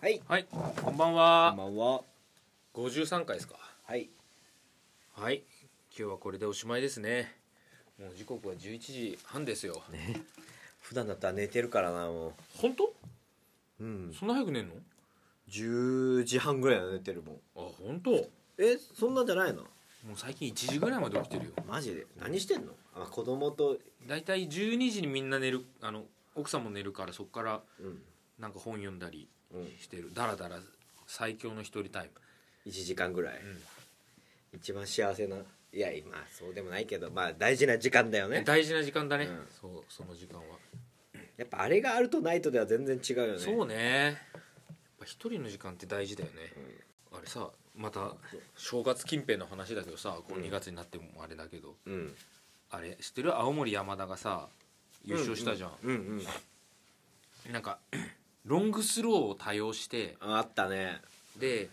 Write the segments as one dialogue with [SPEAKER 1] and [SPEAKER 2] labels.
[SPEAKER 1] はい
[SPEAKER 2] はい、こんば
[SPEAKER 1] こ
[SPEAKER 2] ん
[SPEAKER 1] ん
[SPEAKER 2] は。
[SPEAKER 1] ばんは
[SPEAKER 2] 五十三回ですか。
[SPEAKER 1] はい
[SPEAKER 2] はい、今日はこれでおしまいですね。もう時刻は十一時半ですよ。
[SPEAKER 1] 普段だったら寝てるからなも
[SPEAKER 2] 本当？
[SPEAKER 1] ううん
[SPEAKER 2] そんな早く寝んの？
[SPEAKER 1] 10時半ぐらいは寝てるもん
[SPEAKER 2] あ、本当。も
[SPEAKER 1] えそんなんじゃないの
[SPEAKER 2] う最近一時ぐらいまで起きてるよ。
[SPEAKER 1] マジで何してんのあ子供と
[SPEAKER 2] だいたい十二時にみんな寝る。あの奥さんも寝るからそこから
[SPEAKER 1] うん
[SPEAKER 2] なんか本読んだり
[SPEAKER 1] うん
[SPEAKER 2] してる。だらだら最強の一人タイ
[SPEAKER 1] 1時間ぐらい、
[SPEAKER 2] ム。
[SPEAKER 1] 一番幸せないやまあそうでもないけどまあ大事な時間だよ
[SPEAKER 2] うん、
[SPEAKER 1] ね
[SPEAKER 2] 大事な時間だね。
[SPEAKER 1] うん
[SPEAKER 2] そうその時間は。
[SPEAKER 1] やっぱあれがあるとないとでは全然違うよね
[SPEAKER 2] そうねやっぱ一人の時間って大事だよね、あれさまた正月近辺の話だけどさこう
[SPEAKER 1] うん
[SPEAKER 2] 2月になってもあれだけど、
[SPEAKER 1] うん
[SPEAKER 2] あれ知ってる青森山田がさ優勝したじゃん、
[SPEAKER 1] うんうん
[SPEAKER 2] なんか ロングスローを多用して
[SPEAKER 1] ああったね
[SPEAKER 2] で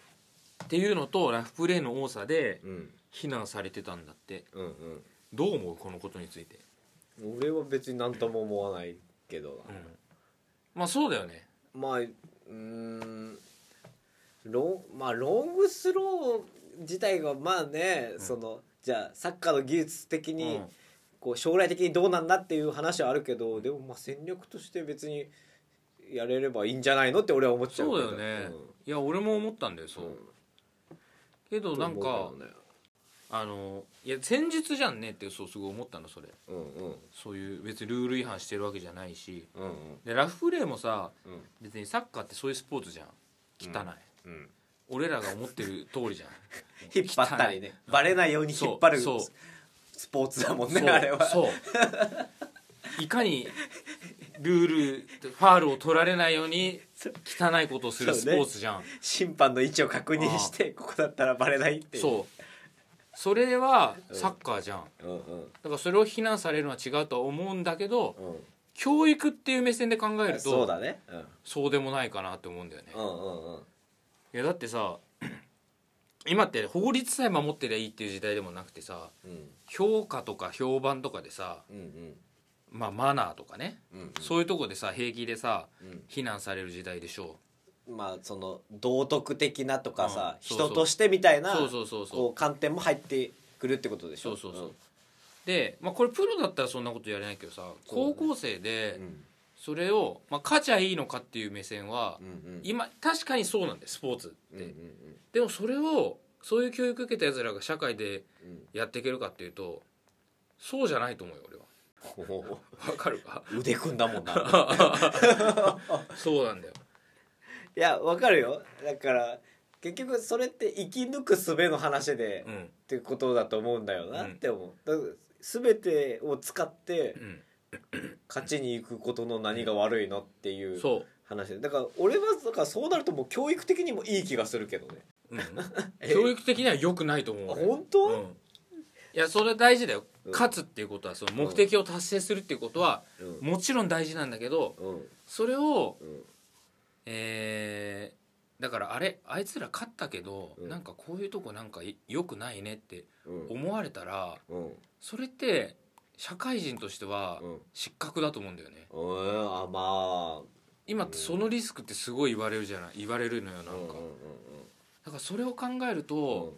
[SPEAKER 2] っていうのとラフプレーの多さで
[SPEAKER 1] うん
[SPEAKER 2] 非難されてたんだって
[SPEAKER 1] うん
[SPEAKER 2] どう思うこのことについて、
[SPEAKER 1] うん俺は別に何とも思わないけど
[SPEAKER 2] うん、まあそうだよね
[SPEAKER 1] まあうーんロンまあロングスロー自体がまあね、
[SPEAKER 2] ん
[SPEAKER 1] そのじゃあサッカーの技術的に、
[SPEAKER 2] うん
[SPEAKER 1] こう将来的にどうなんだっていう話はあるけどでもまあ戦略として別にやれればいいんじゃないのって俺は思っちゃう
[SPEAKER 2] そう
[SPEAKER 1] け
[SPEAKER 2] だ
[SPEAKER 1] ど
[SPEAKER 2] よね、いや俺も思ったんだよそう、けど
[SPEAKER 1] うん
[SPEAKER 2] なん
[SPEAKER 1] と
[SPEAKER 2] か
[SPEAKER 1] 思うけどね
[SPEAKER 2] あのいや戦術じゃんねってそうすごい思ったのそれ
[SPEAKER 1] うんうん
[SPEAKER 2] そういう別にルール違反してるわけじゃないし
[SPEAKER 1] うん
[SPEAKER 2] でラフプレーもさ
[SPEAKER 1] うんうん
[SPEAKER 2] 別にサッカーってそういうスポーツじゃん汚い、
[SPEAKER 1] うん
[SPEAKER 2] 俺らが思ってる通 りじゃん
[SPEAKER 1] 引っ張ったりねバレないように引っ張る
[SPEAKER 2] そうそう
[SPEAKER 1] スポーツだもん
[SPEAKER 2] そ
[SPEAKER 1] ね
[SPEAKER 2] う
[SPEAKER 1] あれは
[SPEAKER 2] そういかにルールファールを取られないように汚いことをするスポーツじゃん
[SPEAKER 1] 審判の位置を確認してここだったらバレないっていう
[SPEAKER 2] そうそれはサッカーじゃん
[SPEAKER 1] うんうん
[SPEAKER 2] だからそれを非難されるのは違うとは思うんだけど
[SPEAKER 1] うん
[SPEAKER 2] 教育っていう目線で考えると
[SPEAKER 1] そうだねうん
[SPEAKER 2] そうでもないかなって思うんだよね、
[SPEAKER 1] うんうんうん
[SPEAKER 2] いやだってさ 今って法律さえ守ってりゃいいっていう時代でもなくてさ
[SPEAKER 1] うん
[SPEAKER 2] 評価とか評判とかでさ、
[SPEAKER 1] うん
[SPEAKER 2] まあ、マナーとかね、
[SPEAKER 1] うんうん
[SPEAKER 2] そういうとこでさ平気でさ
[SPEAKER 1] うん
[SPEAKER 2] 非難される時代でしょ
[SPEAKER 1] まあその道徳的なとかさ、
[SPEAKER 2] うんそうそう
[SPEAKER 1] 人としてみたいうな
[SPEAKER 2] そうそうそう
[SPEAKER 1] こ
[SPEAKER 2] そう
[SPEAKER 1] う観点も入ってくるってことでし
[SPEAKER 2] そ
[SPEAKER 1] ょ
[SPEAKER 2] うそうそう、で、まあ、これプロだったらそんなことやれないけどさ
[SPEAKER 1] そうだ
[SPEAKER 2] 高
[SPEAKER 1] ね
[SPEAKER 2] 校生で
[SPEAKER 1] うん
[SPEAKER 2] それを、まあ、勝ちゃいいのかっていう目線は
[SPEAKER 1] うんうん
[SPEAKER 2] 今確かにそうなんだよスポーツ
[SPEAKER 1] う
[SPEAKER 2] っ
[SPEAKER 1] んうん
[SPEAKER 2] て、でもそれをそういう教育受けたやつらが社会で
[SPEAKER 1] うん
[SPEAKER 2] やっていけるかっていうとそうじゃないと思うよ俺は
[SPEAKER 1] お
[SPEAKER 2] わかるか
[SPEAKER 1] ー腕組んだもんな
[SPEAKER 2] そうなんだよ
[SPEAKER 1] いやわかるよだから結局それって生き抜く術の話で、っ
[SPEAKER 2] うん
[SPEAKER 1] てことだと思うんだよな
[SPEAKER 2] う
[SPEAKER 1] っ
[SPEAKER 2] ん
[SPEAKER 1] て思う、だから全てを使って
[SPEAKER 2] う
[SPEAKER 1] 勝ちに行くことの何が悪いのってい
[SPEAKER 2] ん
[SPEAKER 1] う
[SPEAKER 2] そ
[SPEAKER 1] 話でだから俺はだからそうなるともう教育的にもいい気がするけどね
[SPEAKER 2] う、うん、
[SPEAKER 1] え
[SPEAKER 2] 教育的には良くないと思う
[SPEAKER 1] あ
[SPEAKER 2] 俺
[SPEAKER 1] 本当、
[SPEAKER 2] うん、いやそれは大事だよ
[SPEAKER 1] うん
[SPEAKER 2] 勝つっていうことはその目的を達成するっていうことは
[SPEAKER 1] うん
[SPEAKER 2] もちろん大事なんだけど
[SPEAKER 1] うん
[SPEAKER 2] それを
[SPEAKER 1] うん
[SPEAKER 2] えーだからあれあいつら勝ったけど、
[SPEAKER 1] うん
[SPEAKER 2] なんかこういうとこなんかい良くないねって
[SPEAKER 1] うん
[SPEAKER 2] 思われたら
[SPEAKER 1] うん
[SPEAKER 2] それって社会人としては
[SPEAKER 1] うん
[SPEAKER 2] 失格だと思うんだよね
[SPEAKER 1] うんあまあ
[SPEAKER 2] 今ってそのリスクってすごい言われるじゃない言われるのよなんか、
[SPEAKER 1] うんうん
[SPEAKER 2] だからそれを考える
[SPEAKER 1] う
[SPEAKER 2] と、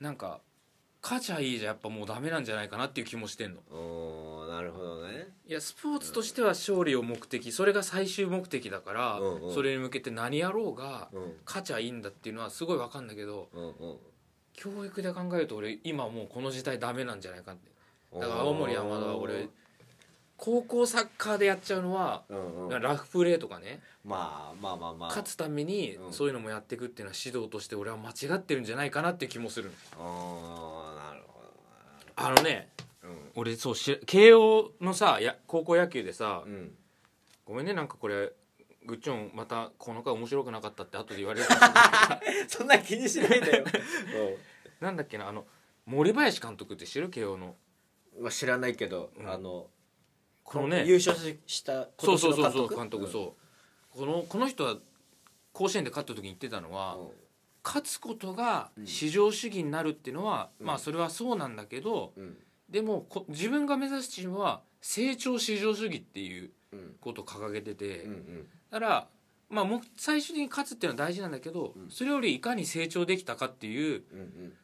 [SPEAKER 1] ん
[SPEAKER 2] なんか「勝ちゃいい」じゃやっぱもうダメなんじゃないかなっていう気もしてんの
[SPEAKER 1] うんうんなるほどね
[SPEAKER 2] いやスポーツとしては勝利を目的それが最終目的だから、
[SPEAKER 1] うんうん
[SPEAKER 2] それに向けて何やろうが
[SPEAKER 1] うん
[SPEAKER 2] 勝ちゃいいんだっていうのはすごい分かんだけど
[SPEAKER 1] うんうん
[SPEAKER 2] 教育で考えると俺今もうこの時代ダメなんじゃないかってだから青森山田は俺高校サッカーでやっちゃうのは、
[SPEAKER 1] うんうん
[SPEAKER 2] ラフプレーとかね
[SPEAKER 1] まあまあまあまあ
[SPEAKER 2] 勝つために
[SPEAKER 1] うん
[SPEAKER 2] そういうのもやっていくっていうのは指導として俺は間違ってるんじゃないかなっていう気もするの
[SPEAKER 1] うんなるほ
[SPEAKER 2] あのね
[SPEAKER 1] どうん
[SPEAKER 2] 俺そうし慶応のさや高校野球でさ、
[SPEAKER 1] うん
[SPEAKER 2] ごめんねなんかこれグッチョンまたこの回面白くなかったって後で言われるかもしれ ない
[SPEAKER 1] そんな気にしないでよ
[SPEAKER 2] なんだっけなあの森林監督って知る慶応の
[SPEAKER 1] うんまあ知らないけど
[SPEAKER 2] うん
[SPEAKER 1] あの
[SPEAKER 2] このね
[SPEAKER 1] 優勝しした今
[SPEAKER 2] そう
[SPEAKER 1] 年
[SPEAKER 2] そ
[SPEAKER 1] の
[SPEAKER 2] うそう
[SPEAKER 1] 監
[SPEAKER 2] そう
[SPEAKER 1] 督
[SPEAKER 2] 監督そうこのこの人は甲子園で勝った時に言ってたのは、勝つことが至上主義になるっていうのは、
[SPEAKER 1] うん
[SPEAKER 2] まあそれはそうなんだけど
[SPEAKER 1] うんうん
[SPEAKER 2] でもこ自分が目指すチームは成長至上主義っていう
[SPEAKER 1] うん
[SPEAKER 2] ことを掲げてて、
[SPEAKER 1] うんうん
[SPEAKER 2] だからまあ、もう最終的に勝つっていうのは大事なんだけど、
[SPEAKER 1] うん
[SPEAKER 2] それよりいかに成長できたかっていう
[SPEAKER 1] うん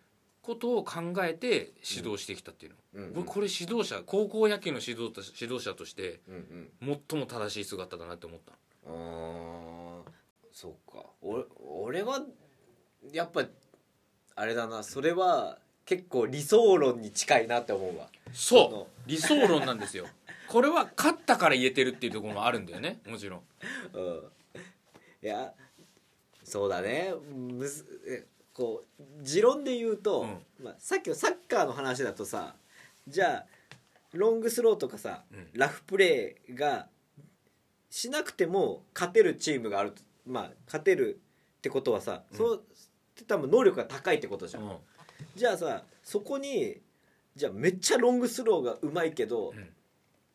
[SPEAKER 2] ことを考えて指導してきたっていうの、
[SPEAKER 1] うんうん
[SPEAKER 2] 僕これ指導者高校野球の指導と指導者として
[SPEAKER 1] うんうん
[SPEAKER 2] 最も正しい姿だなって思った
[SPEAKER 1] あーそうか俺俺はやっぱあれだなそれは結構理想論に近いなって思うわその
[SPEAKER 2] そう理想論なん ですよこれは勝ったから言えてるっていうところもあるんだよねもちろん
[SPEAKER 1] うんいやそうだねむずえこう持論で言うと、まあ、さっきのサッカーの話だとさじゃあロングスローとかさ、
[SPEAKER 2] うん
[SPEAKER 1] ラフプレーがしなくても勝てるチームがあるとまあ勝てるってことはさ、
[SPEAKER 2] うん
[SPEAKER 1] そう多分能力が高いってことじゃん、
[SPEAKER 2] うん
[SPEAKER 1] じゃあさそこにじゃあめっちゃロングスローがうまいけど、
[SPEAKER 2] うん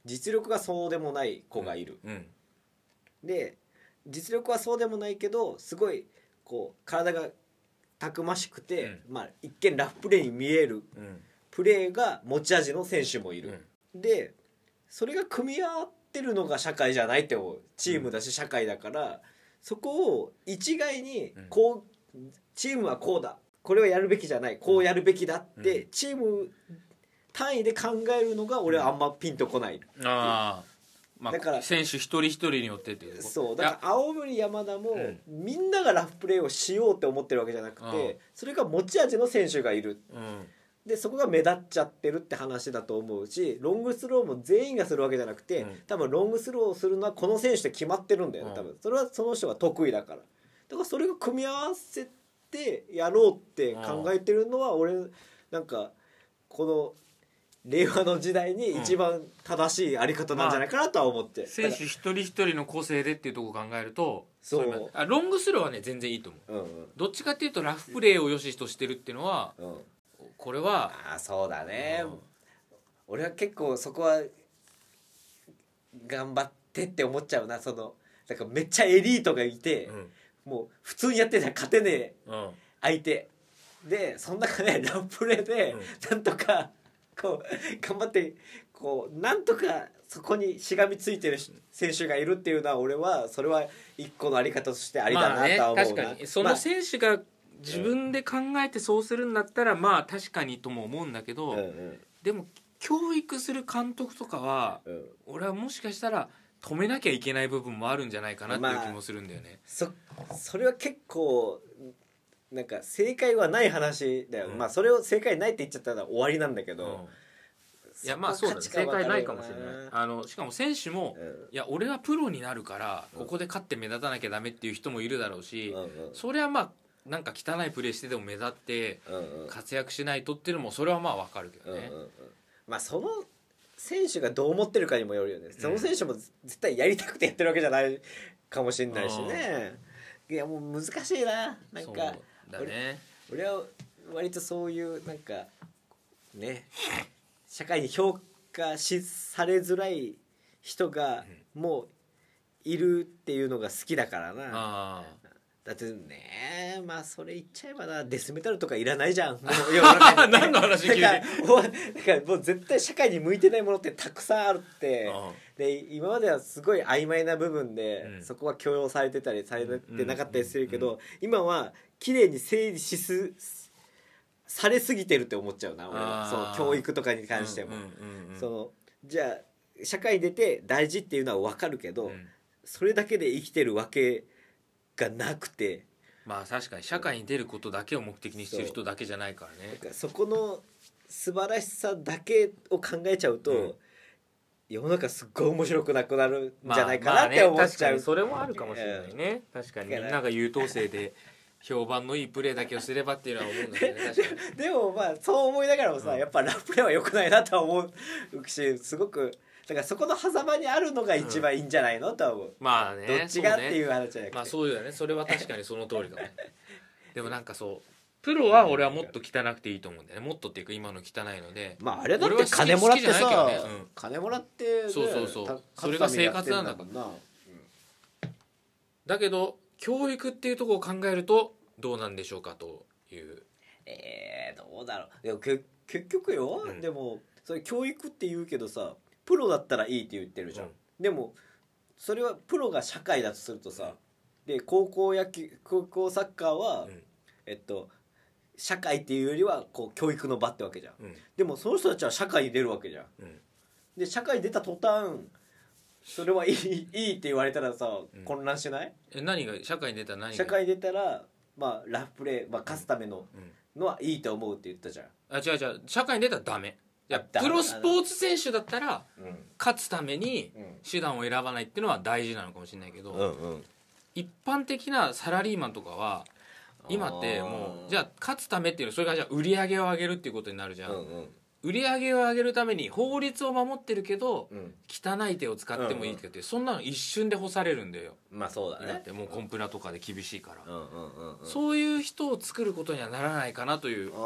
[SPEAKER 1] 実力がそうでもない子がいる、
[SPEAKER 2] うん
[SPEAKER 1] で実力はそうでもないけどすごいこう体がたくましくて、まあ、一見ラフプレーに見える
[SPEAKER 2] うん
[SPEAKER 1] プレーが持ち味の選手もい
[SPEAKER 2] うん
[SPEAKER 1] る、でそれが組み合ってるのが社会じゃないって思うチームだし社会だから、そこを一概に
[SPEAKER 2] うん
[SPEAKER 1] こう、チームはこうだこれはやるべきじゃないこうやるべきだって、
[SPEAKER 2] う
[SPEAKER 1] チーム単位で考えるのが俺はあんまピンとこない、
[SPEAKER 2] ああまあ
[SPEAKER 1] だから
[SPEAKER 2] 選手一人一人によってっていう
[SPEAKER 1] そうだから青森山田も、
[SPEAKER 2] うん
[SPEAKER 1] みんながラフプレーをしようって思ってるわけじゃなくて、
[SPEAKER 2] うん
[SPEAKER 1] それが持ち味の選手がいる
[SPEAKER 2] いやうん
[SPEAKER 1] でそこが目立っちゃってるって話だと思うしロングスローも全員がするわけじゃなくて、
[SPEAKER 2] うん
[SPEAKER 1] 多分ロングスローをするのはこの選手って決まってるんだよね
[SPEAKER 2] うん
[SPEAKER 1] 多分それはその人が得意だからだからそれを組み合わせてやろうって考えてるのは俺なんかこの令和の時代に一番正しいあり方なんじゃないかなとは思って。
[SPEAKER 2] 選手一人一人の個性でっていうところを考えると
[SPEAKER 1] そう
[SPEAKER 2] いのあロングスローはね全然いいと思う
[SPEAKER 1] うんうん
[SPEAKER 2] どっちかっていうとラフプレーを良しとしてるっていうのは
[SPEAKER 1] うん
[SPEAKER 2] これは
[SPEAKER 1] ああそうだね、
[SPEAKER 2] うん
[SPEAKER 1] 俺は結構そこは頑張ってって思っちゃうなそのだからめっちゃエリートがいて、
[SPEAKER 2] うん
[SPEAKER 1] もう普通にやってたら勝てねえ
[SPEAKER 2] うん
[SPEAKER 1] 相手でその中でラップレーで
[SPEAKER 2] うん
[SPEAKER 1] なんとかこう頑張ってこうなんとかそこにしがみついてるし選手がいるっていうのは俺はそれは一個のあり方と してありだ
[SPEAKER 2] まあ
[SPEAKER 1] な
[SPEAKER 2] ね
[SPEAKER 1] とは思うな、
[SPEAKER 2] 確かにその選手が自分で考えてそうするんだったらまあ確かにとも思うんだけど、
[SPEAKER 1] まあうんうん
[SPEAKER 2] でも教育する監督とかは
[SPEAKER 1] うん
[SPEAKER 2] 俺はもしかしたら止めなきゃいけない部分もあるんじゃないかなって
[SPEAKER 1] ま
[SPEAKER 2] い
[SPEAKER 1] あ
[SPEAKER 2] う気もするんだよね。
[SPEAKER 1] そそれは結構なんか正解はない話だよ、
[SPEAKER 2] うん
[SPEAKER 1] まあそれを正解ないって言っちゃったら終わりなんだけ
[SPEAKER 2] うん
[SPEAKER 1] ど、
[SPEAKER 2] いやまあそうだね
[SPEAKER 1] こは
[SPEAKER 2] 正解ないかもし
[SPEAKER 1] 価
[SPEAKER 2] れ
[SPEAKER 1] 値観
[SPEAKER 2] ない
[SPEAKER 1] 分か
[SPEAKER 2] あのしかも選手も、
[SPEAKER 1] れるよ
[SPEAKER 2] いや俺はプロになるから
[SPEAKER 1] うん
[SPEAKER 2] ここで勝って目立たなきゃダメっていう人もいるだろうし、
[SPEAKER 1] なうんうん
[SPEAKER 2] それはまあなんか汚いプレーしてでも目立って
[SPEAKER 1] うんうん
[SPEAKER 2] 活躍しないとっていうのもそれはまあわかるけど
[SPEAKER 1] うん
[SPEAKER 2] ね
[SPEAKER 1] う。んうんまあその選手がどう思ってるかにもよるよねその選手も絶対やりたくてやってるわけじゃないかもしれないしね、いやもう難しいななん
[SPEAKER 2] そう
[SPEAKER 1] か
[SPEAKER 2] だね
[SPEAKER 1] 俺は割とそういうなんかね社会に評価しされづらい人がもういるっていうのが好きだからな
[SPEAKER 2] あ
[SPEAKER 1] だってねまあそれ言っちゃえばなデスメタルとかいらないじ ゃんもう世の中に
[SPEAKER 2] 何の話急に
[SPEAKER 1] だからもうだからもう絶対社会に向いてないものってたくさんあるって
[SPEAKER 2] あうん
[SPEAKER 1] で今まではすごい曖昧な部分で、
[SPEAKER 2] うん
[SPEAKER 1] そこは許容されてたりされてなかったりするけど、
[SPEAKER 2] うん
[SPEAKER 1] 今は綺麗に整理しすされすぎてるって思っちゃうな俺は
[SPEAKER 2] あー
[SPEAKER 1] その教育とかに関しても。
[SPEAKER 2] うんうんうん
[SPEAKER 1] そのじゃあ社会に出て大事っていうのは分かるけど、
[SPEAKER 2] うん
[SPEAKER 1] それだけで生きてるわけがなくて
[SPEAKER 2] まあ確かに社会に出ることだけを目的にしてる人だけじゃないからね
[SPEAKER 1] なんかそこの素晴らしさだけを考えちゃうと、
[SPEAKER 2] うん
[SPEAKER 1] 世の中すっごい面白くなくなるん
[SPEAKER 2] まあ
[SPEAKER 1] じゃないかなって
[SPEAKER 2] まあね
[SPEAKER 1] 思っちゃう、
[SPEAKER 2] 確かにそれもあるかもしれないね、確かにみ
[SPEAKER 1] だ
[SPEAKER 2] ん
[SPEAKER 1] から
[SPEAKER 2] なが優等生で評判のいいプレーだけをすればっていうのは思うんだよね確かに
[SPEAKER 1] でもまあそう思いながらもさ、
[SPEAKER 2] うん
[SPEAKER 1] やっぱラプレは良くないなとは思うしすごくだからそこの狭間にあるのが一番いいんじゃないのとは思う、
[SPEAKER 2] まあね
[SPEAKER 1] どっちがって
[SPEAKER 2] そ
[SPEAKER 1] いう
[SPEAKER 2] ね
[SPEAKER 1] う話じゃなくて、
[SPEAKER 2] まあそうだよねそれは確かにその通りだね でもなんかそうプロは俺はもっと汚くていいと思うんだよねもっとっていうか今の汚いので
[SPEAKER 1] まああれだっ
[SPEAKER 2] 俺
[SPEAKER 1] て
[SPEAKER 2] は好き
[SPEAKER 1] 金もらって
[SPEAKER 2] 好きじゃ
[SPEAKER 1] さ、
[SPEAKER 2] ないけどねうん
[SPEAKER 1] 金もらってね、
[SPEAKER 2] そうそうそう
[SPEAKER 1] た
[SPEAKER 2] それが生活なんだから
[SPEAKER 1] 勝つためにやってんだもんな
[SPEAKER 2] だけど教育っていうところを考えるとどうなんでしょうかという
[SPEAKER 1] えー、どうだろうでもけ結局よ、
[SPEAKER 2] うん
[SPEAKER 1] でもそれ教育って言うけどさプロだったらいいって言ってるじゃん、
[SPEAKER 2] うん
[SPEAKER 1] でもそれはプロが社会だとするとさで高校野球高校サッカーは、
[SPEAKER 2] うん
[SPEAKER 1] えっと社会っていうよりはこう教育の場ってわけじゃん
[SPEAKER 2] うん
[SPEAKER 1] でもその人たちは社会に出るわけじゃん
[SPEAKER 2] うん
[SPEAKER 1] で社会に出た途端それはいい いいって言われたらさ
[SPEAKER 2] ん
[SPEAKER 1] 混乱しない、
[SPEAKER 2] え何が社会に出たら何が
[SPEAKER 1] 社会に出たらまあラフプレー、まあ、勝つための
[SPEAKER 2] うん
[SPEAKER 1] のはいいと思うって言ったじゃん、
[SPEAKER 2] あ違う違う社会に出たらダメいや
[SPEAKER 1] あダメ
[SPEAKER 2] プロスポーツ選手だったら
[SPEAKER 1] うん
[SPEAKER 2] 勝つために
[SPEAKER 1] うん
[SPEAKER 2] 手段を選ばないっていうのは大事なのかもしれないけど、
[SPEAKER 1] うんうん、
[SPEAKER 2] 一般的なサラリーマンとかは今ってもうじゃ
[SPEAKER 1] ゃ
[SPEAKER 2] あ勝つためっていうのそれがじゃあ売り上げを上げるっていうことになるじゃん、
[SPEAKER 1] うんうん
[SPEAKER 2] 売り上げを上げるために法律を守ってるけど
[SPEAKER 1] うん
[SPEAKER 2] 汚い手を使ってもいいってって、そんなの一瞬で干されるんだよ
[SPEAKER 1] まあそうだ
[SPEAKER 2] だってもうコンプラとかで厳しいから、
[SPEAKER 1] うんうんうんうん
[SPEAKER 2] そういう人を作ることにはならないかなという
[SPEAKER 1] あ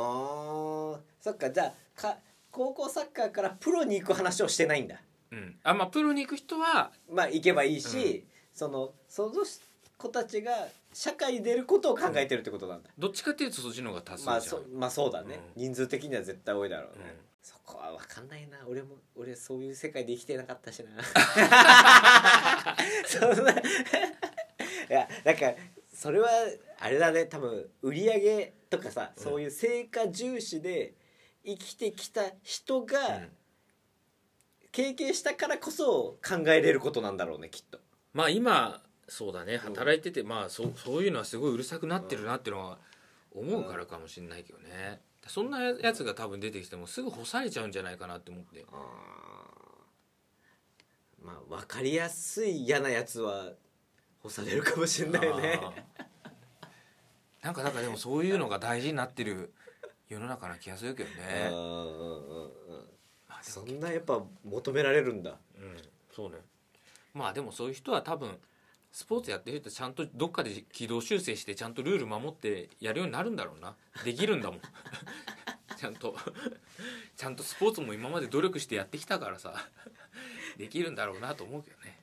[SPEAKER 1] ーそっかじゃあか高校サッカーからプロに行く話をしてないんだ
[SPEAKER 2] うん、あまあプロに行く人は
[SPEAKER 1] まあ行けばいいし、そのその子たちが社会に出ることを考えてるってことなんだ、
[SPEAKER 2] どっちかっていうとそっちの方が多数じゃん、
[SPEAKER 1] まあそまあそうだね、
[SPEAKER 2] う
[SPEAKER 1] 人数的には絶対多いだろうね、
[SPEAKER 2] うん
[SPEAKER 1] そこは分かんないな俺も俺そういう世界で生きてなかったし なそんない やなんかそれはあれだね多分売り上げとかさ、
[SPEAKER 2] うん
[SPEAKER 1] そういう成果重視で生きてきた人が
[SPEAKER 2] うん
[SPEAKER 1] 経験したからこそ考えれることなんだろうねきっと。
[SPEAKER 2] まあ今そうだね働いてて、まあそそういうのはすごいうるさくなってるなっていうのは思うからかもしれないけどね、そんなやつが多分出てきてもすぐ干されちゃうんじゃないかなって思って
[SPEAKER 1] まあ分かりやすい嫌なやつは干されるかもしれないね。
[SPEAKER 2] あーなんかだからでもそういうのが大事になってる世の中な気がするけど
[SPEAKER 1] うん
[SPEAKER 2] ね、
[SPEAKER 1] うんうんうん
[SPEAKER 2] まあで
[SPEAKER 1] そ
[SPEAKER 2] も
[SPEAKER 1] んなやっぱ求められるんだ。
[SPEAKER 2] うんそうねまあでもそういう人は多分スポーツやってる人はちゃんとどっかで軌道修正してちゃんとルール守ってやるようになるんだろうなできるんだ もんちゃんとちゃんとスポーツも今まで努力してやってきたからさできるんだろうなと思うけどね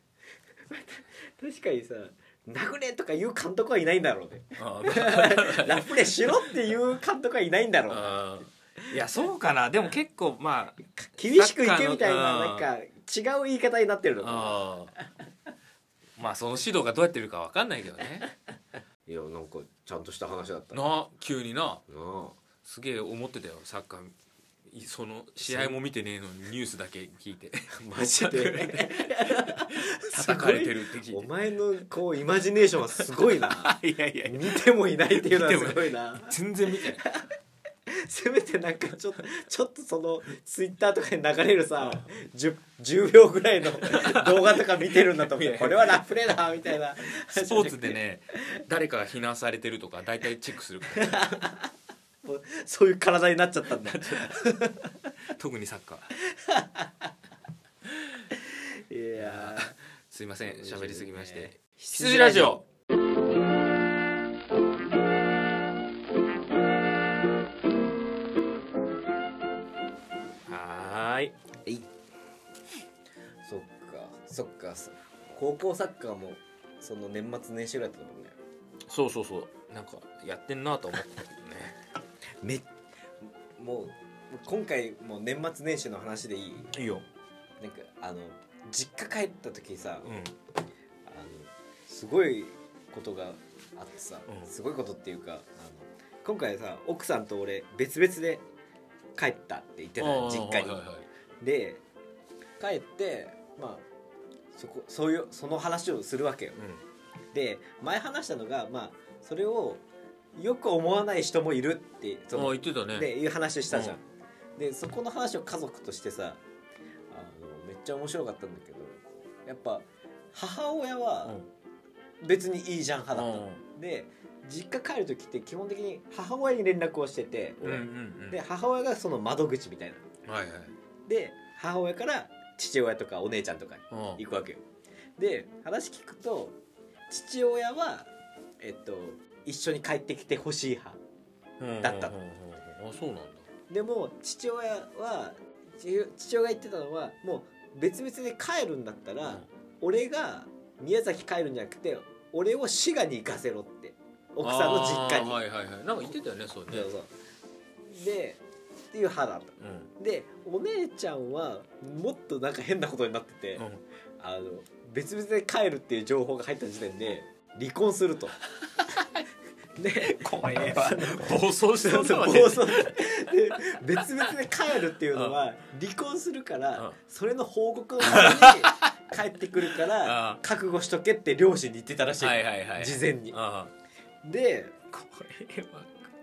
[SPEAKER 1] 確かにさ殴れとか言う監督はいないんだろう ね
[SPEAKER 2] あ
[SPEAKER 1] ラフレしろっていう監督はいないんだろうな
[SPEAKER 2] あいやそうかなでも結構まあ
[SPEAKER 1] 厳しくいけみたいな
[SPEAKER 2] サ
[SPEAKER 1] な
[SPEAKER 2] ッ
[SPEAKER 1] ん
[SPEAKER 2] カ
[SPEAKER 1] か違う言い方になってるのか
[SPEAKER 2] あーまあその指導がどうやってるかわかんないけどね
[SPEAKER 1] ないやなんかちゃんとした話だったな
[SPEAKER 2] な急にな
[SPEAKER 1] あ
[SPEAKER 2] すげえ思ってたよサッカーいその試合も見てねえのにニュースだけ聞いて
[SPEAKER 1] マジで
[SPEAKER 2] 叩かれてるって聞
[SPEAKER 1] お
[SPEAKER 2] い
[SPEAKER 1] 前のこうイマジネーションはすごい な
[SPEAKER 2] ていやいやいや
[SPEAKER 1] 見てもいないっていうのはすごいな
[SPEAKER 2] 全然見てない
[SPEAKER 1] せめてなんかちょっとちょっとそのツイッターとかに流れるさ 10, 10秒ぐ らいの動画とか見てるんだと思ってこれはラフレだみたいな
[SPEAKER 2] スポーツでね誰かが非難されてるとか大体チェックするから
[SPEAKER 1] もうそういう体になっちゃったんだ
[SPEAKER 2] 特にサッカ
[SPEAKER 1] い
[SPEAKER 2] ー
[SPEAKER 1] や
[SPEAKER 2] すいません
[SPEAKER 1] ー
[SPEAKER 2] 喋りすぎまして羊
[SPEAKER 1] 羊
[SPEAKER 2] ラ
[SPEAKER 1] ラ
[SPEAKER 2] ジ
[SPEAKER 1] ジ
[SPEAKER 2] オ
[SPEAKER 1] オ
[SPEAKER 2] はーい
[SPEAKER 1] いそっかそっかそ高校サッカーもその年末年始ぐらいだったもんね
[SPEAKER 2] そうそうそうなんかやってんなと思ったけどね
[SPEAKER 1] めもう今回もう年末年始の話でいい
[SPEAKER 2] いいよ
[SPEAKER 1] なんかあの実家帰った時さ、
[SPEAKER 2] うん
[SPEAKER 1] あのすごいことがあってさ、
[SPEAKER 2] うん
[SPEAKER 1] すごいことっていうかあの今回さ奥さんと俺別々で帰ったって言ってたの実家に。
[SPEAKER 2] はいはいはい
[SPEAKER 1] で帰ってまあそこそういうその話をするわけよ。で前話したのがまあそれをよく思わない人もいるってそ
[SPEAKER 2] うんあ
[SPEAKER 1] の
[SPEAKER 2] 言ってたね
[SPEAKER 1] でいう話したじゃん。でそこの話を家族としてさあのめっちゃ面白かったんだけどやっぱ母親は、
[SPEAKER 2] う
[SPEAKER 1] 別にいいじゃん
[SPEAKER 2] ん
[SPEAKER 1] 派だったの、で実家帰る時って基本的に母親に連絡をしてて、
[SPEAKER 2] うんう
[SPEAKER 1] 俺
[SPEAKER 2] んうん
[SPEAKER 1] で母親がその窓口みたいな
[SPEAKER 2] はいはい
[SPEAKER 1] で母親から父親とかお姉ちゃんとかに
[SPEAKER 2] うん
[SPEAKER 1] 行くわけよで話聞くと父親はえっと一緒に帰ってきてほしい派だった
[SPEAKER 2] うんうんうんうんあそうなんだ
[SPEAKER 1] でも父親は父父親が言ってたのはもう別々で帰るんだったら、俺が宮崎帰るんじゃなくて俺を滋賀に行かせろって奥さんの実家に
[SPEAKER 2] あーはいはいはいなんか言ってたよねそうね
[SPEAKER 1] そうそうでっていう派だった
[SPEAKER 2] うん
[SPEAKER 1] でお姉ちゃんはもっとなんか変なことになってて、
[SPEAKER 2] うん
[SPEAKER 1] あの別々で帰るっていう情報が入った時点で離婚する と。で
[SPEAKER 2] 怖えわ暴走して
[SPEAKER 1] そう
[SPEAKER 2] る
[SPEAKER 1] そう
[SPEAKER 2] わ
[SPEAKER 1] 暴
[SPEAKER 2] ね
[SPEAKER 1] 走で別々で帰るっていうのは離婚するか
[SPEAKER 2] うん
[SPEAKER 1] らそれの報告のために帰ってくるか
[SPEAKER 2] う
[SPEAKER 1] ら
[SPEAKER 2] ん
[SPEAKER 1] 覚悟しとけって両親に言ってたらしいの、
[SPEAKER 2] はいはいはい
[SPEAKER 1] 事前に
[SPEAKER 2] あ
[SPEAKER 1] で
[SPEAKER 2] あ怖えわ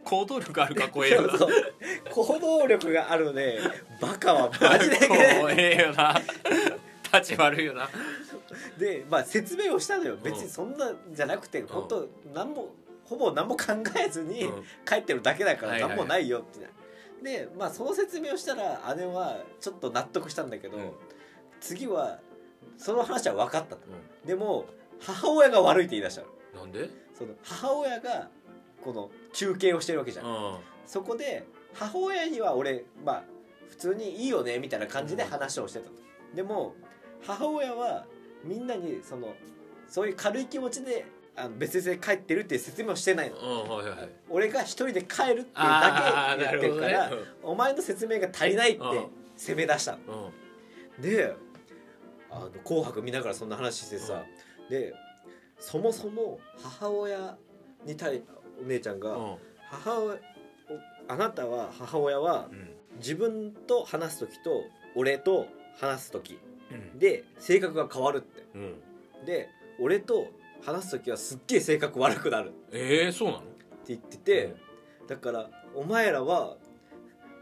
[SPEAKER 2] 行動力あるか怖え
[SPEAKER 1] そ
[SPEAKER 2] よ
[SPEAKER 1] う
[SPEAKER 2] な
[SPEAKER 1] そう行動力があるのでバカはマジで
[SPEAKER 2] 怖えよな立ち悪いよな
[SPEAKER 1] で、まあ、説明をしたのよ
[SPEAKER 2] ん
[SPEAKER 1] 別にそんなんじゃなくて、本当なんもほぼ何も考えずに
[SPEAKER 2] うん
[SPEAKER 1] 帰ってるだけだから
[SPEAKER 2] はいは
[SPEAKER 1] 何
[SPEAKER 2] いは
[SPEAKER 1] も
[SPEAKER 2] い
[SPEAKER 1] ないよってな、で、まあ、その説明をしたら姉はちょっと納得したんだけど、
[SPEAKER 2] うん
[SPEAKER 1] 次はその話は分かったのでも母親が悪いって言い出したの
[SPEAKER 2] なんで
[SPEAKER 1] その母親がこの中継をしてるわけじゃん、
[SPEAKER 2] うん
[SPEAKER 1] そこで母親には俺まあ普通にいいよねみたいな感じで話をしてたと、でも母親はみんなにそのそういう軽い気持ちであの別々で帰ってるっていう説明をしてないの
[SPEAKER 2] うんはいはい
[SPEAKER 1] 俺が一人で帰るっていうだ
[SPEAKER 2] あー
[SPEAKER 1] け
[SPEAKER 2] な
[SPEAKER 1] 言っ
[SPEAKER 2] る
[SPEAKER 1] て
[SPEAKER 2] ほ
[SPEAKER 1] るか
[SPEAKER 2] どね
[SPEAKER 1] らお前の説明が足りないって
[SPEAKER 2] うん
[SPEAKER 1] 責め出したの
[SPEAKER 2] うん
[SPEAKER 1] で「あの紅白」見ながらそんな話してさ、でそもそも母親に対お姉ちゃんが、
[SPEAKER 2] うん
[SPEAKER 1] 母親あなたは母親は
[SPEAKER 2] うん
[SPEAKER 1] 自分と話す時と俺と話す時
[SPEAKER 2] うん
[SPEAKER 1] で性格が変わるって
[SPEAKER 2] うん
[SPEAKER 1] で俺と話す時はすっげえ性格悪くなるって
[SPEAKER 2] ええそうなの
[SPEAKER 1] 言ってて、だからお前らは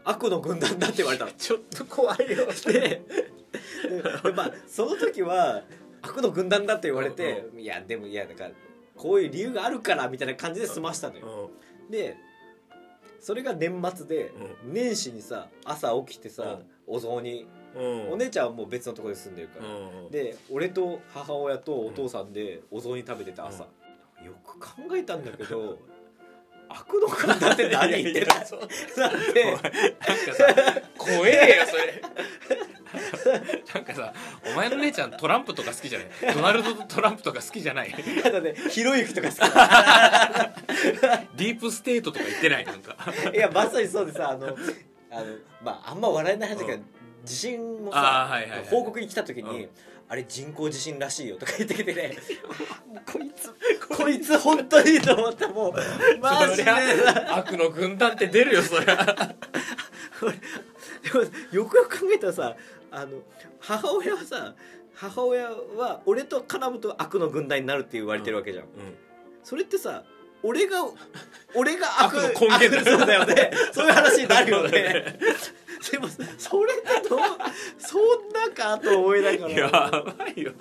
[SPEAKER 1] 悪の軍団だって言わ れたの
[SPEAKER 2] ちょっと怖いよ
[SPEAKER 1] でででまあその時は悪の軍団だって言われて、いやでもいやだからこういう理由があるからみたいな感じで済ましたのよ
[SPEAKER 2] う、ん
[SPEAKER 1] でそれが年末で、年始にさ朝起きてさ、お雑煮、
[SPEAKER 2] うん
[SPEAKER 1] お姉ちゃんはもう別のところに住んでるから、
[SPEAKER 2] うん
[SPEAKER 1] で俺と母親とお父さんでお雑煮食べてた朝、よく考えたんだけど 悪の感だって何言ってた
[SPEAKER 2] そう
[SPEAKER 1] なん
[SPEAKER 2] お前
[SPEAKER 1] で
[SPEAKER 2] なんかさ怖えよそれなんかさお前の姉ちゃんトランプとか好きじゃないドナルドとトランプとか好きじゃない
[SPEAKER 1] ただねひろゆきとか さ
[SPEAKER 2] ディープステートとか言ってないなんか
[SPEAKER 1] いやまさにそうでさあのあのまああんま笑えない話だけど、地震も
[SPEAKER 2] あー
[SPEAKER 1] さ、
[SPEAKER 2] はいはいはい
[SPEAKER 1] 報告に来た時に、
[SPEAKER 2] うん
[SPEAKER 1] あれ人工地震らしいよとか言ってきて ねこいつこいつ本当にいいと思ったもうマジで
[SPEAKER 2] そりゃ悪の軍団って出るよそりゃ
[SPEAKER 1] でもよくよく考えたらさあの母親はさ母親は俺と絡むと悪の軍団になるって言われてるわけじゃん、それってさ俺が俺が悪
[SPEAKER 2] 悪の根源だ
[SPEAKER 1] 悪
[SPEAKER 2] よ
[SPEAKER 1] そうだよねそういう話になるよねでもそれってどうそんなかと思いながら
[SPEAKER 2] やばいよ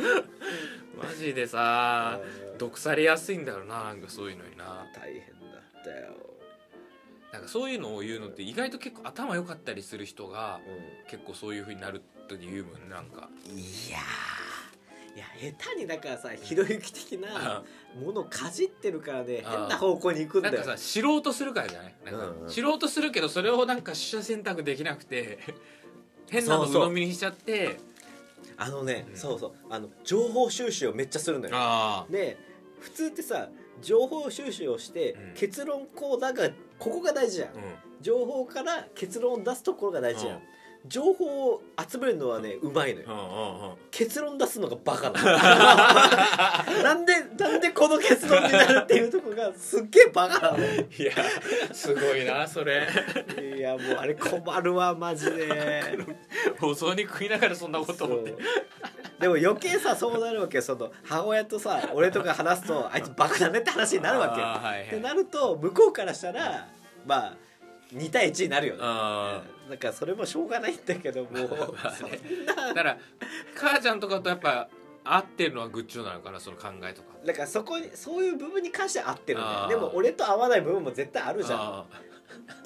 [SPEAKER 2] マジでさ毒されやすいんだろうななんかそういうのにな
[SPEAKER 1] 大変だったよ、
[SPEAKER 2] なんかそういうのを言うのって意外と結構頭良かったりする人が結構そういう風になるって言うもんねなんか
[SPEAKER 1] いやーいや下手にだからさひろゆき的なものをかじってるからね
[SPEAKER 2] あー
[SPEAKER 1] 変な方向に行くん
[SPEAKER 2] な
[SPEAKER 1] だ
[SPEAKER 2] ん
[SPEAKER 1] よ
[SPEAKER 2] かさ知ろうとするからじゃないなんか、
[SPEAKER 1] うんうん
[SPEAKER 2] 知ろうとするけどそれをなんか取捨選択できな くて変なの
[SPEAKER 1] そうそう
[SPEAKER 2] 鵜呑みにしちゃって
[SPEAKER 1] あのね、
[SPEAKER 2] うん
[SPEAKER 1] そうそうあの情報収集をめっちゃするのよ
[SPEAKER 2] あ
[SPEAKER 1] で普通ってさ情報収集をして、
[SPEAKER 2] うん
[SPEAKER 1] 結論こうだがここが大事じゃん、
[SPEAKER 2] うん
[SPEAKER 1] 情報から結論を出すところが大事じゃん、情報を集めるのはねうまいのよ、
[SPEAKER 2] うんうんうん
[SPEAKER 1] 結論出すのがバカな のなんでなんでこの結論になるっていうとこがすっげえバカなの
[SPEAKER 2] いやすごいな それ
[SPEAKER 1] いやもうあれ困るわマジで
[SPEAKER 2] お雑煮食いながらそんなこと思って
[SPEAKER 1] そうでも余計さそうなるわけよその母親とさ俺とか話すとあいつバカだねって話になるわけよ
[SPEAKER 2] あーはいはい
[SPEAKER 1] ってなると向こうからしたらまあ2対1になるよね
[SPEAKER 2] あ
[SPEAKER 1] なんかそれもしょうがないんだけど もう
[SPEAKER 2] ーだから母ちゃんとかとやっぱ合ってるのはグッチョなのかなその考えとか
[SPEAKER 1] だからそこにそういう部分に関しては合ってるね
[SPEAKER 2] あー
[SPEAKER 1] でも俺と合わない部分も絶対あるじゃん
[SPEAKER 2] あ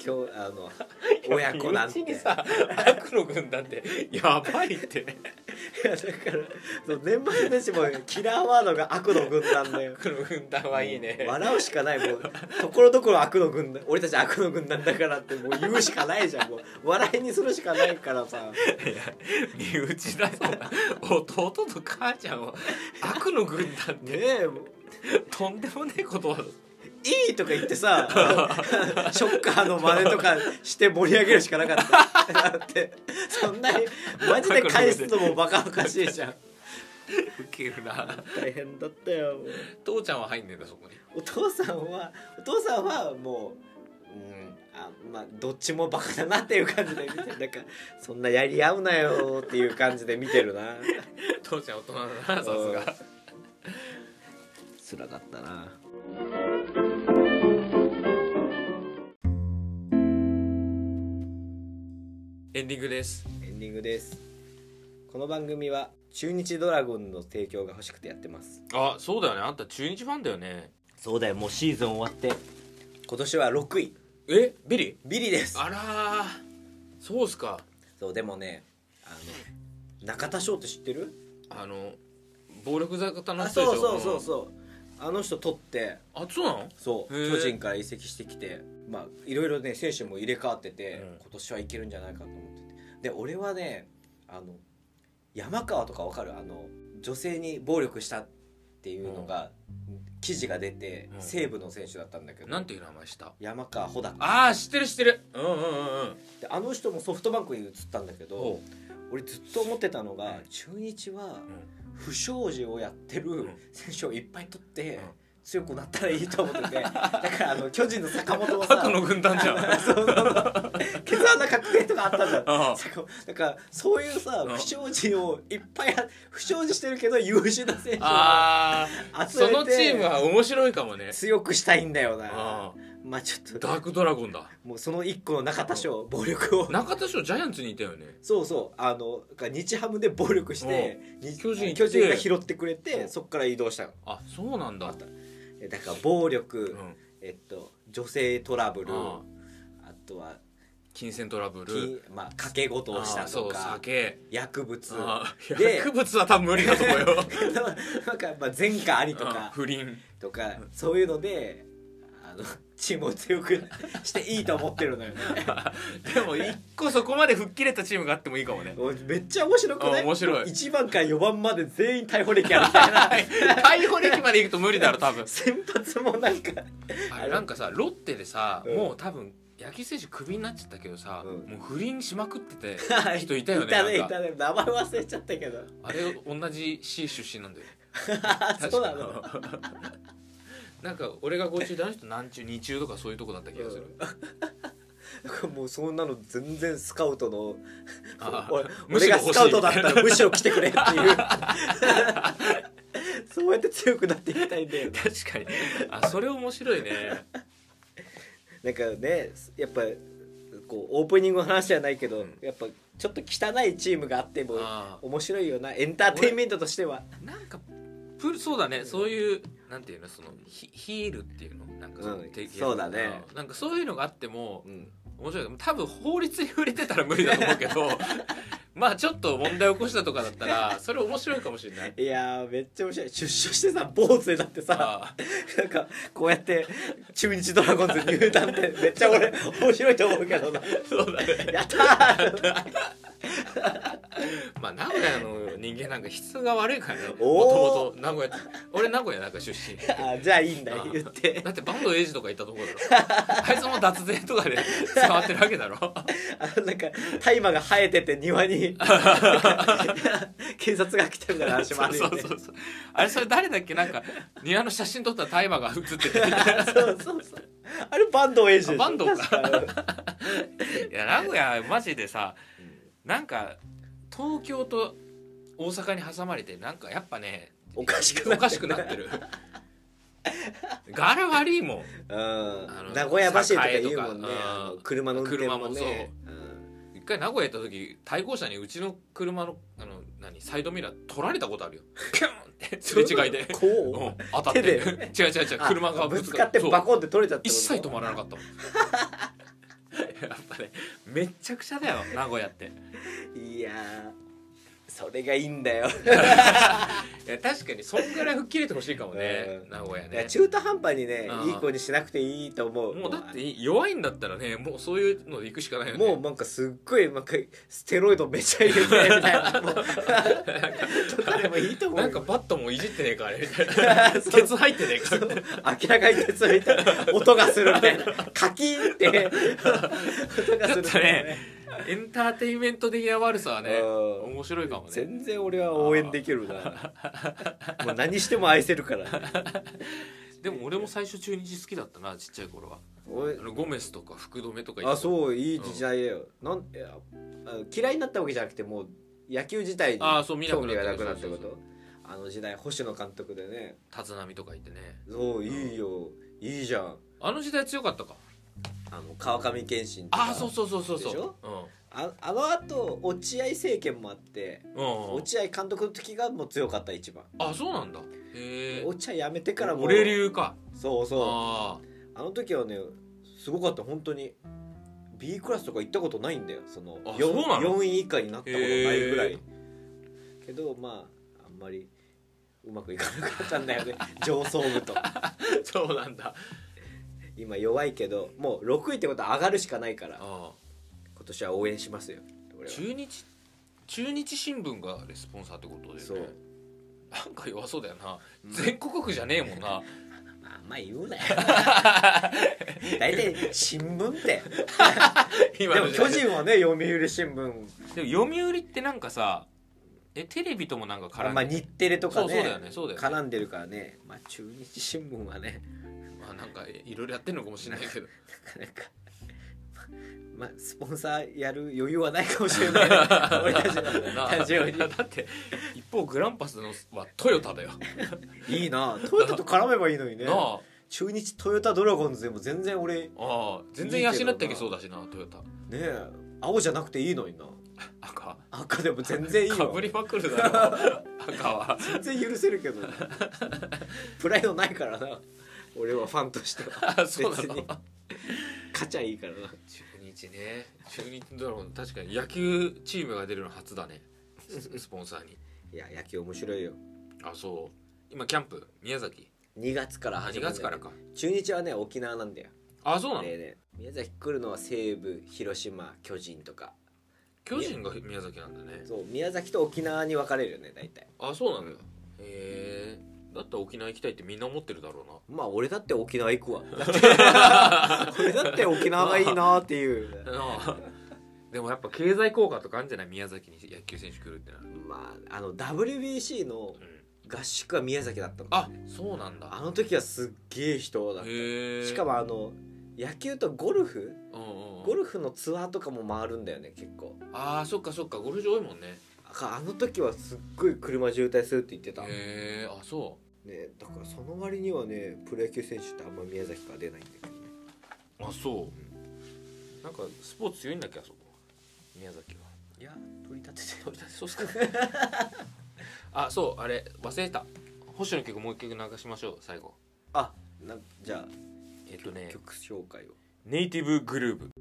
[SPEAKER 1] 今日あの
[SPEAKER 2] ー
[SPEAKER 1] 親子なんて
[SPEAKER 2] 身内にさ悪の軍団ってやばいってね
[SPEAKER 1] いやだからそう年末年始もキラーワードが悪の軍団だよ
[SPEAKER 2] 悪の軍団はいいね
[SPEAKER 1] 笑うしかないもうところどころ悪の軍団俺たち悪の軍団だからってもう言うしかないじゃんもう笑いにするしかないからさ
[SPEAKER 2] 身内だぞ弟と母ちゃんを悪の軍団っ
[SPEAKER 1] ね
[SPEAKER 2] て
[SPEAKER 1] えもう
[SPEAKER 2] とんでもねえことだぞ
[SPEAKER 1] いいとか言ってさ ショッカーの真似とかして盛り上げるしかなかっただってそんなにマジで返すのもバカおかしいじゃん
[SPEAKER 2] ウケるな
[SPEAKER 1] 大変だったよ
[SPEAKER 2] 父ちゃんは入んねえんだそこに
[SPEAKER 1] お父さんはお父さんはもううんあまあどっちもバカだなっていう感じで見てるなんかそんなやり合うなよっていう感じで見てる な
[SPEAKER 2] 父ちゃん大人だなさすが
[SPEAKER 1] つらかったな
[SPEAKER 2] エンディングです
[SPEAKER 1] エンディングですこの番組は中日ドラゴンの提供が欲しくてやってます
[SPEAKER 2] あそうだよねあんた中日ファンだよね
[SPEAKER 1] そうだよもうシーズン終わって今年は6位
[SPEAKER 2] えビリ
[SPEAKER 1] ビリです
[SPEAKER 2] あらーそうっすか
[SPEAKER 1] そうでもねあの中田翔って知ってる
[SPEAKER 2] あの暴力沙汰の
[SPEAKER 1] あ
[SPEAKER 2] 人でし
[SPEAKER 1] そ
[SPEAKER 2] ょ
[SPEAKER 1] うそうそう
[SPEAKER 2] う
[SPEAKER 1] そうあの人取って
[SPEAKER 2] あそうなの
[SPEAKER 1] そう
[SPEAKER 2] へー
[SPEAKER 1] 巨人から移籍してきてまあいろいろね選手も入れ替わってて、
[SPEAKER 2] うん
[SPEAKER 1] 今年はいけるんじゃないかと思っててで俺はねあの山川とかわかるあの女性に暴力したっていうのが、記事が出て、
[SPEAKER 2] うん
[SPEAKER 1] 西武の選手だったんだけど
[SPEAKER 2] なんていう名前した
[SPEAKER 1] 山川穂高
[SPEAKER 2] ああ知ってる知ってるうんうんうんうん
[SPEAKER 1] であの人もソフトバンクに移ったんだけど
[SPEAKER 2] ほう
[SPEAKER 1] 俺ずっと思ってたのが
[SPEAKER 2] うん
[SPEAKER 1] 中日は
[SPEAKER 2] うん
[SPEAKER 1] 不祥事をやって
[SPEAKER 2] ん
[SPEAKER 1] る選手をいっぱい取って。
[SPEAKER 2] うん
[SPEAKER 1] 強くなったらいいと 思っててだからあの巨人の坂本もさ
[SPEAKER 2] パトの軍団 じゃん
[SPEAKER 1] そうそうそうケツ穴確定とかあったじゃん
[SPEAKER 2] ああ
[SPEAKER 1] 坂本だからそういうさ
[SPEAKER 2] うん
[SPEAKER 1] 不祥事をいっぱいあ不祥事してるけど優秀な 選手を
[SPEAKER 2] ああ
[SPEAKER 1] 集め
[SPEAKER 2] そ
[SPEAKER 1] て
[SPEAKER 2] のチームは面白いかもね
[SPEAKER 1] 強くしたいんだよな
[SPEAKER 2] あ
[SPEAKER 1] まあちょっ
[SPEAKER 2] あダ
[SPEAKER 1] と
[SPEAKER 2] ークドラゴンだ
[SPEAKER 1] もうその一個の中田翔暴力を
[SPEAKER 2] 中田翔ジャイアンツにいたよね
[SPEAKER 1] そうそうあのだから日ハムで暴力してに
[SPEAKER 2] 巨人行って
[SPEAKER 1] 巨人が拾ってくれ
[SPEAKER 2] う
[SPEAKER 1] て
[SPEAKER 2] ん
[SPEAKER 1] そっから移動したの
[SPEAKER 2] あそうなんだ、う
[SPEAKER 1] えだから暴力
[SPEAKER 2] ん、
[SPEAKER 1] えっと女性トラブル
[SPEAKER 2] あ
[SPEAKER 1] あとは
[SPEAKER 2] 金銭トラブル
[SPEAKER 1] きまあ賭け事をした
[SPEAKER 2] あそ
[SPEAKER 1] と
[SPEAKER 2] う
[SPEAKER 1] か
[SPEAKER 2] 酒
[SPEAKER 1] 薬物
[SPEAKER 2] ああ
[SPEAKER 1] で
[SPEAKER 2] 薬物は多分無理だと思う よ
[SPEAKER 1] なんかまあ前科ありと
[SPEAKER 2] うん
[SPEAKER 1] か
[SPEAKER 2] 不倫
[SPEAKER 1] とかそういうのであのチームを強くしていいと思ってるのよね
[SPEAKER 2] でも一個そこまで吹っ切れたチームがあってもいいかもね
[SPEAKER 1] めっちゃ面白くな
[SPEAKER 2] う
[SPEAKER 1] い
[SPEAKER 2] ん面白い
[SPEAKER 1] 1番から4番まで全員逮捕歴あるみたいな
[SPEAKER 2] 逮捕歴まで行くと無理だろ多分
[SPEAKER 1] 先発もなんか
[SPEAKER 2] あれなんかさロッテでさ、
[SPEAKER 1] うん
[SPEAKER 2] もう多分野球選手クビになっちゃったけどさ、
[SPEAKER 1] うん
[SPEAKER 2] もう不倫しまくっ てて人いたよね
[SPEAKER 1] いたね
[SPEAKER 2] ないんか
[SPEAKER 1] たね名前忘れちゃったけど
[SPEAKER 2] あれ同じ市出身なんだよ
[SPEAKER 1] そうなの
[SPEAKER 2] 確か なんか俺が5中であの人何中2中とかそういうとこだった気がす る、
[SPEAKER 1] もうそんなの全然スカウトの
[SPEAKER 2] あ
[SPEAKER 1] 俺
[SPEAKER 2] む
[SPEAKER 1] 俺
[SPEAKER 2] しろ
[SPEAKER 1] が
[SPEAKER 2] 欲しい
[SPEAKER 1] スカウトだったらむしろ来てくれっていう そうやって強くなっていきたいんだよね
[SPEAKER 2] 確かにあそれ面 白いね
[SPEAKER 1] なんかねやっぱこうオープニングの話じゃないけど、
[SPEAKER 2] うん
[SPEAKER 1] やっぱちょっと汚いチームがあっても
[SPEAKER 2] あ
[SPEAKER 1] 面白いよなエンターテインメントとしては、
[SPEAKER 2] ーなんかプールそうだねそういうなんていうのそのヒヒールっていうのなんかその
[SPEAKER 1] うん
[SPEAKER 2] 定義
[SPEAKER 1] そうだね
[SPEAKER 2] なんかそういうのがあっても
[SPEAKER 1] うん、
[SPEAKER 2] 面白い多分法律に触れてたら無理だと思う けどまあちょっと問題起こしたとかだったらそれ面白いかもしれない
[SPEAKER 1] いやーめっちゃ面白い出所してさ坊主になってさ
[SPEAKER 2] あ
[SPEAKER 1] なんかこうやって中日ドラゴンズ入団ってめっちゃ俺面白いと思うけどな
[SPEAKER 2] ーそうだね
[SPEAKER 1] やったー
[SPEAKER 2] まあ名古屋の人間なんか質が悪いからねもと
[SPEAKER 1] お
[SPEAKER 2] もと名古屋俺名古屋なんか出身
[SPEAKER 1] あじゃあいいんだ
[SPEAKER 2] あー
[SPEAKER 1] 言って
[SPEAKER 2] だってバンドエイジとかいたとこだろあいつも脱税とかで 伝わってるわけだろ
[SPEAKER 1] あの なんか大麻が生えてて庭になんか警察が来たみたいな話もあるよね
[SPEAKER 2] そうそうそうそうあれそれ誰だっけなんか庭の写真撮ったら大麻が写ってて
[SPEAKER 1] そうそうそう。あれバンドエイジでしょ。
[SPEAKER 2] あバンドか
[SPEAKER 1] 確か
[SPEAKER 2] いや名古屋マジでさなんか東京と大阪に挟まれてなんかやっぱね
[SPEAKER 1] おかしくなって
[SPEAKER 2] お
[SPEAKER 1] る
[SPEAKER 2] かしくなってる柄悪いもん
[SPEAKER 1] う
[SPEAKER 2] の
[SPEAKER 1] ん。名古屋走りとか言うもんね
[SPEAKER 2] 栄と。か
[SPEAKER 1] あ
[SPEAKER 2] う
[SPEAKER 1] の
[SPEAKER 2] ん
[SPEAKER 1] 車の運転もね。
[SPEAKER 2] 一回名古屋行った時対向車にうちの車のあの何サイドミラー取られたことあるよピュンってすれ違いで
[SPEAKER 1] うん。こ
[SPEAKER 2] うん当たって
[SPEAKER 1] 手
[SPEAKER 2] 違
[SPEAKER 1] で
[SPEAKER 2] う違う違う
[SPEAKER 1] う。あ
[SPEAKER 2] 車が
[SPEAKER 1] ぶつかって
[SPEAKER 2] そう
[SPEAKER 1] バコンって取れちゃった。
[SPEAKER 2] 一切止まらなかったもんやっぱねめっちゃくちゃだよ名古屋って
[SPEAKER 1] る。いやー。それがいいんだよ。
[SPEAKER 2] いや確かにそんぐらい吹っ切れてほしいかもね
[SPEAKER 1] うん
[SPEAKER 2] 名古屋
[SPEAKER 1] いや
[SPEAKER 2] ね
[SPEAKER 1] 中途半端にね
[SPEAKER 2] う、ん
[SPEAKER 1] いい子にしなくていいと思う。
[SPEAKER 2] もうだっていい弱いんだったらねもうそういうので行くしかないよね
[SPEAKER 1] もうなんかすっごいなんかステロイドめちゃ入れてみたい なもうとかでもいいと思うよ
[SPEAKER 2] なんかバットもいじってねえかあれみたい な
[SPEAKER 1] そう
[SPEAKER 2] ケツ入ってねえか
[SPEAKER 1] 明らかに鉄 みたいな音がするみたいなカキーンって音がす
[SPEAKER 2] ちょ
[SPEAKER 1] る
[SPEAKER 2] っ
[SPEAKER 1] み
[SPEAKER 2] と
[SPEAKER 1] たいな
[SPEAKER 2] ねエンターテインメント的な悪さはね
[SPEAKER 1] うん
[SPEAKER 2] 面白いかもね
[SPEAKER 1] 全然俺は応援できるなもう何しても愛せるから、ね、
[SPEAKER 2] でも俺も最初中日好きだったなちっちゃい頃は
[SPEAKER 1] 俺
[SPEAKER 2] あのゴメスとか福留とか
[SPEAKER 1] あ
[SPEAKER 2] う
[SPEAKER 1] そういい時代だよ、なんいやあ嫌いになったわけじゃなくてもう野球自体に
[SPEAKER 2] あそう見な
[SPEAKER 1] 興
[SPEAKER 2] くな
[SPEAKER 1] 味
[SPEAKER 2] った
[SPEAKER 1] がなくなった
[SPEAKER 2] そう
[SPEAKER 1] こ
[SPEAKER 2] そうそ
[SPEAKER 1] と
[SPEAKER 2] う
[SPEAKER 1] あの時代星野監督でね
[SPEAKER 2] 立浪とかいてね
[SPEAKER 1] そういいよ、いいじゃん
[SPEAKER 2] あの時代強かったか
[SPEAKER 1] あの川上謙信とか
[SPEAKER 2] ああそうそうそうそうそう
[SPEAKER 1] でしょ
[SPEAKER 2] うん
[SPEAKER 1] ああのあと落合政権もあって
[SPEAKER 2] うんうん
[SPEAKER 1] 落合監督の時がもう強かった一番
[SPEAKER 2] あそうなんだへえ
[SPEAKER 1] 落合辞めてからもう
[SPEAKER 2] 俺流か
[SPEAKER 1] そうそう
[SPEAKER 2] あ
[SPEAKER 1] あの時はねすごかった本当に B クラスとか行ったことないんだよその
[SPEAKER 2] あ
[SPEAKER 1] 4,
[SPEAKER 2] そうなの
[SPEAKER 1] 4位以下になったことないぐら
[SPEAKER 2] へ
[SPEAKER 1] いけどまああんまりうまくいかなかったんだよね 上層部と
[SPEAKER 2] あそうなんだ
[SPEAKER 1] 今弱いけどもう6位ってことは上がるしかないから
[SPEAKER 2] あ
[SPEAKER 1] 今年は応援しますよ俺
[SPEAKER 2] あ
[SPEAKER 1] は
[SPEAKER 2] 中日中日新聞がレスポンサーってことだよね
[SPEAKER 1] そう
[SPEAKER 2] なんか弱そうだよな、
[SPEAKER 1] うん
[SPEAKER 2] 全国区じゃねえもんな
[SPEAKER 1] まああんま言うな よ大体新聞って
[SPEAKER 2] 今
[SPEAKER 1] で
[SPEAKER 2] の
[SPEAKER 1] も
[SPEAKER 2] 時代
[SPEAKER 1] 巨人はね読売新聞
[SPEAKER 2] でも読売ってなんかさえテレビともなんか絡ん
[SPEAKER 1] まあ
[SPEAKER 2] で、
[SPEAKER 1] 日テレとかね
[SPEAKER 2] そうそうだよねそうだよね
[SPEAKER 1] 絡んでるからね、まあ、中日新聞はね
[SPEAKER 2] まあ、なんかいろいろやってんのかもしれない け
[SPEAKER 1] な
[SPEAKER 2] ど
[SPEAKER 1] かなか、まあ、スポンサーやる余裕はないかもしれ ない、ね、俺たちのラジオに
[SPEAKER 2] だって一方グランパスのはトヨタだよ、
[SPEAKER 1] いいなトヨタと絡めばいいのにね
[SPEAKER 2] なあ
[SPEAKER 1] 中日トヨタドラゴンズでも全然俺ね
[SPEAKER 2] ああ全然養っていけそうだしなトヨタ
[SPEAKER 1] え青じゃなくていいのにな
[SPEAKER 2] 赤
[SPEAKER 1] 赤でも全然いい
[SPEAKER 2] か
[SPEAKER 1] よ
[SPEAKER 2] ぶりまくるだ ろ赤は
[SPEAKER 1] 全然許せるけどねプライドないからな俺はファンとしては
[SPEAKER 2] あそうな
[SPEAKER 1] 別
[SPEAKER 2] の
[SPEAKER 1] に勝ちゃいいからな
[SPEAKER 2] 中日ね中日ドラゴン確かに野球チームが出るの 初だねススポンサーに
[SPEAKER 1] いや野球面白いよ
[SPEAKER 2] あそう今キャンプ宮崎
[SPEAKER 1] 2月から
[SPEAKER 2] あ
[SPEAKER 1] 始
[SPEAKER 2] 2
[SPEAKER 1] まるん
[SPEAKER 2] 月
[SPEAKER 1] だ
[SPEAKER 2] か
[SPEAKER 1] よね
[SPEAKER 2] らか
[SPEAKER 1] 中日はね沖縄なんだよ
[SPEAKER 2] あそうなの
[SPEAKER 1] でね宮崎来るのは西武広島巨人とか
[SPEAKER 2] 巨人が宮崎なんだね
[SPEAKER 1] そう宮崎と沖縄に分かれるよね大体
[SPEAKER 2] あそうなんだへえだったら沖縄行きたいってみんな思ってるだろうな
[SPEAKER 1] まあ俺だって沖縄行くわだって 俺だって沖縄がいいなっていう
[SPEAKER 2] なあでもやっぱ経済効果とかあるんじゃない宮崎に野球選手来るってなる、
[SPEAKER 1] まああの WBC の
[SPEAKER 2] うん
[SPEAKER 1] 合宿は宮崎だったの
[SPEAKER 2] あそうなんだ
[SPEAKER 1] あの時はすっげえ人だった
[SPEAKER 2] へえ
[SPEAKER 1] しかもあの野球とゴルフ
[SPEAKER 2] うんうん
[SPEAKER 1] ゴルフのツアーとかも回るんだよね結構
[SPEAKER 2] ああそっかそっかゴルフ場多いもんね
[SPEAKER 1] ああの時はすっごい車渋滞するって言ってた、
[SPEAKER 2] へえあそ
[SPEAKER 1] ね、だからその割にはねプロ野球選手ってあんま宮崎から出ないんだけどね
[SPEAKER 2] うあそうなんかスポーツ強いんだっけあそこ宮 崎はい
[SPEAKER 1] や取り立てて
[SPEAKER 2] 鳥谷そうっすかあそうあれ忘れてた星野曲もう一曲流しましょう最後
[SPEAKER 1] あなじゃあ
[SPEAKER 2] えっとね
[SPEAKER 1] 曲紹介を
[SPEAKER 2] ネイティブグルーブ